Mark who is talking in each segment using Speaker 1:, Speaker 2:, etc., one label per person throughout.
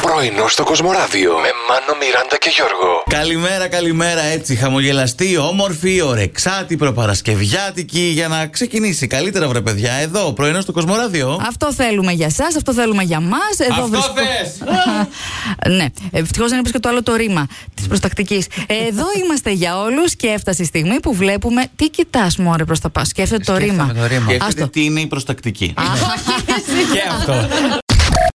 Speaker 1: Πρωινό στο Κοσμοράδιο με Μάνο, Μιράντα και Γιώργο.
Speaker 2: Καλημέρα, καλημέρα. Έτσι, χαμογελαστή, όμορφη, ωρεξάτη, προπαρασκευιάτικη για να ξεκινήσει καλύτερα, βρε παιδιά. Εδώ, πρωινό στο Κοσμοράδιο.
Speaker 3: Αυτό θέλουμε για εσά, αυτό θέλουμε για μας.
Speaker 2: Αυτό θες!
Speaker 3: ναι, ευτυχώς δεν είπε και το άλλο το ρήμα της προστακτικής. Εδώ είμαστε για όλους και έφτασε η στιγμή που βλέπουμε. Τι κοιτάς, Μωρέ, προς τα πάνω. Σκέφτεται το ρήμα.
Speaker 2: Σκέφτεται
Speaker 3: Άστο.
Speaker 2: τι είναι η προστακτική.
Speaker 3: Α, όχι, εσύ.
Speaker 2: Και αυτό.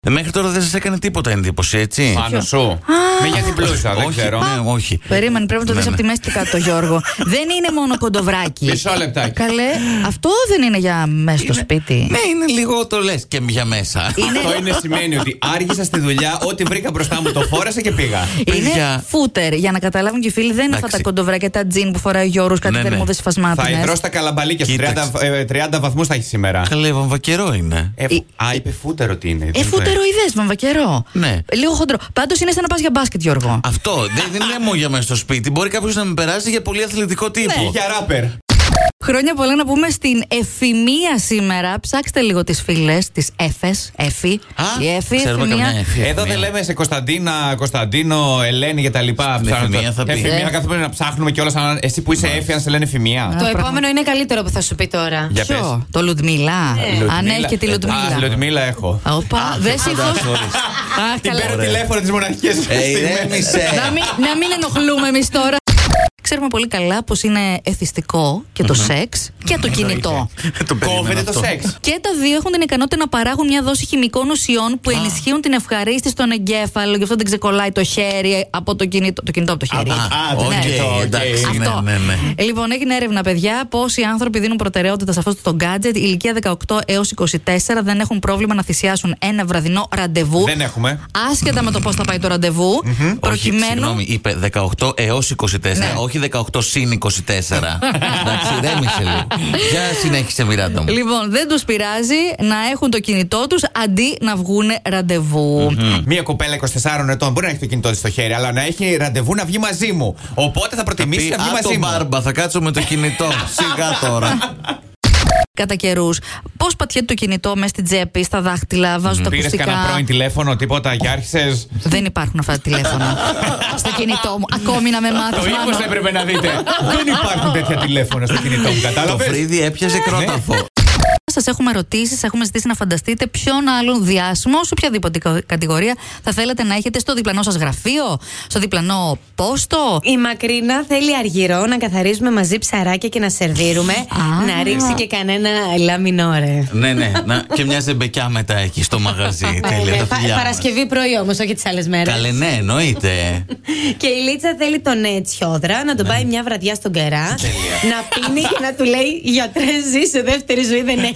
Speaker 2: Μέχρι τώρα δεν σας έκανε τίποτα εντύπωση, έτσι.
Speaker 4: Πάνω σου. Μην για την πλούσα, δεν
Speaker 2: όχι,
Speaker 4: ξέρω.
Speaker 2: ναι, όχι.
Speaker 3: Περίμενε, πρέπει να το
Speaker 2: Ναι,
Speaker 3: δεις
Speaker 2: ναι.
Speaker 3: από τη μέση και κάτω, Γιώργο. δεν είναι μόνο κοντοβράκι.
Speaker 4: Μισό λεπτάκι.
Speaker 3: Καλέ, αυτό δεν είναι για μέσα στο σπίτι.
Speaker 2: Ναι, είναι λίγο το λες και για μέσα.
Speaker 3: Είναι-
Speaker 4: Αυτό είναι σημαίνει ότι άργησα στη δουλειά, ό,τι βρήκα μπροστά μου το φόρεσα και πήγα.
Speaker 3: Είναι
Speaker 2: παιδιά.
Speaker 3: φooter. Για να καταλάβουν και οι φίλοι, δεν είναι αυτά τα
Speaker 2: Εντάξει.
Speaker 3: κοντοβράκια, τα τζιν που φοράει ο Γιώργος, κάτι
Speaker 2: Ναι, ναι.
Speaker 3: θερμούδε
Speaker 4: Θα
Speaker 3: φασμάτινε.
Speaker 4: υδρώ στα καλαμπαλίκια. στους
Speaker 2: Κοίταξε.
Speaker 4: 30, ε, 30 βαθμούς θα έχεις σήμερα.
Speaker 2: Καλέ, βαμβακερό είναι.
Speaker 4: Ε,
Speaker 3: Η-
Speaker 4: Α, είπε φούτερο τι είναι.
Speaker 3: Ε,
Speaker 4: δεν ξέρω.
Speaker 3: φούτεροειδέ, βαμβακερό.
Speaker 2: Ναι.
Speaker 3: Λίγο χοντρό. Πάντως είναι σαν να πας για μπάσκετ, Γιώργο.
Speaker 2: Αυτό δεν, δεν είναι μόνο για μέσα στο σπίτι. Μπορεί κάποιος να με περάσει για πολύ
Speaker 3: Ναι.
Speaker 2: αθλητικό τύπο.
Speaker 4: Ή Για ράπερ.
Speaker 3: Χρόνια πολλά να πούμε στην εφημεία σήμερα. Ψάξτε λίγο τις φίλε, τις Εφες. Εφη.
Speaker 2: Α,
Speaker 3: Η Εφη,
Speaker 2: ξέρουμε καμιά
Speaker 3: εφημεία.
Speaker 2: Εφη.
Speaker 4: Εδώ
Speaker 2: Εφημεία.
Speaker 4: δεν λέμε σε Κωνσταντίνα, Κωνσταντίνο, Ελένη και τα λοιπά.
Speaker 2: Στην εφημεία θα πει.
Speaker 4: Εφημεία
Speaker 2: Ε.
Speaker 4: κάθομαι να ψάχνουμε κιόλας. αν- Εσύ που είσαι έφη, αν σε λένε εφημεία.
Speaker 5: Το
Speaker 3: Α,
Speaker 5: επόμενο είναι καλύτερο που θα σου πει τώρα. Ναι.
Speaker 4: Για πες.
Speaker 3: Ποιο? Το Λουτμίλα. Αν έχει και τη
Speaker 4: Α,
Speaker 3: Λουτμίλα.
Speaker 4: Λουτμίλα έχω.
Speaker 3: Οπα, δεν
Speaker 2: εντάξει,
Speaker 3: σήκω.
Speaker 2: ορίστε.
Speaker 3: Α,
Speaker 4: Την
Speaker 3: καλά.
Speaker 4: παίρνω τηλέφωνο της μοναχική
Speaker 2: Ε, ηρέμησε.
Speaker 3: να, μην, να μην ενοχλούμε εμείς τώρα. Ξέρουμε πολύ καλά πως είναι εθιστικό και το σεξ και το κινητό.
Speaker 2: Το περίμενα
Speaker 4: Κόβεται το
Speaker 2: αυτό.
Speaker 4: σεξ.
Speaker 3: Και τα δύο έχουν την ικανότητα να παράγουν μια δόση χημικών ουσιών που ενισχύουν την ευχαρίστηση στον εγκέφαλο. Γι' αυτό δεν ξεκολλάει το χέρι από το κινητό. Το κινητό από το χέρι.
Speaker 2: Α,
Speaker 3: το
Speaker 2: οκ,
Speaker 3: κινητό,
Speaker 4: οκ.
Speaker 2: εντάξει,
Speaker 3: Αυτό.
Speaker 2: ναι, ναι, ναι.
Speaker 3: Ε, Λοιπόν, έγινε έρευνα, παιδιά, πόσοι άνθρωποι δίνουν προτεραιότητα σε αυτό το gadget. Η ηλικία 18 έω 24 δεν έχουν πρόβλημα να θυσιάσουν ένα βραδινό ραντεβού.
Speaker 4: Δεν έχουμε.
Speaker 3: Άσχετα με το πώς θα πάει το ραντεβού.
Speaker 2: Όχι,
Speaker 3: Προκειμένου. Ναι.
Speaker 2: συγγνώμη, είπε 18 έω 24. Όχι 18 συν 24. Εντάξει, ρέμισε λίγο. Για συνέχισε, Μιράντα μου.
Speaker 3: Λοιπόν, δεν τους πειράζει να έχουν το κινητό τους αντί να βγουν ραντεβού.
Speaker 4: Μία κοπέλα 24 ετών μπορεί να έχει το κινητό της στο χέρι, αλλά να έχει ραντεβού να βγει μαζί μου. Οπότε θα προτιμήσει
Speaker 2: Πει,
Speaker 4: να βγει
Speaker 2: «Α,
Speaker 4: μαζί
Speaker 2: το
Speaker 4: μου.
Speaker 2: μπάρμπα, θα κάτσω με το κινητό. Σιγά τώρα.
Speaker 3: Κατά καιρούς. Πώς πατιέται το κινητό μέσα στην τσέπη, στα δάχτυλα, βάζω τα
Speaker 4: Πήρες κανένα
Speaker 3: ακουστικά.
Speaker 4: πρώην τηλέφωνο, τίποτα και άρχισες.
Speaker 3: Δεν υπάρχουν αυτά τα τηλέφωνα στο κινητό μου. Ακόμη να με
Speaker 4: Το
Speaker 3: μάθεις.
Speaker 4: ήχο έπρεπε να δείτε. Δεν υπάρχουν τέτοια τηλέφωνα στο κινητό μου,
Speaker 2: Το
Speaker 4: κατάλαβες.
Speaker 2: φρύδι έπιασε κρόταφο.
Speaker 3: Σας έχουμε ρωτήσει, έχουμε ζητήσει να φανταστείτε ποιον άλλον διάσημο σε οποιαδήποτε κα- κατηγορία θα θέλετε να έχετε στο διπλανό σας γραφείο, στο διπλανό πόστο.
Speaker 5: Η Μακρίνα θέλει αργυρό να καθαρίζουμε μαζί ψαράκια και να σερβίρουμε. να ρίξει και κανένα λαμινό, ρε.
Speaker 2: Ναι, ναι. να- Και μια ζεμπεκιά μετά εκεί στο
Speaker 3: Ναι,
Speaker 2: μαγαζί.
Speaker 5: Ε,
Speaker 2: Τέλεια, τα
Speaker 5: πα-
Speaker 2: φιλιά. μας.
Speaker 5: Παρασκευή πρωί όμως, όχι τις άλλες μέρες.
Speaker 2: Καλέ, ναι, εννοείται.
Speaker 5: Και η Λίτσα θέλει τον ε, Τσιόδρα να
Speaker 2: Ναι.
Speaker 5: τον πάει μια βραδιά στον κερά. να πίνει και να του λέει γιατρές, ζεις σε δεύτερη ζωή δεν έχει.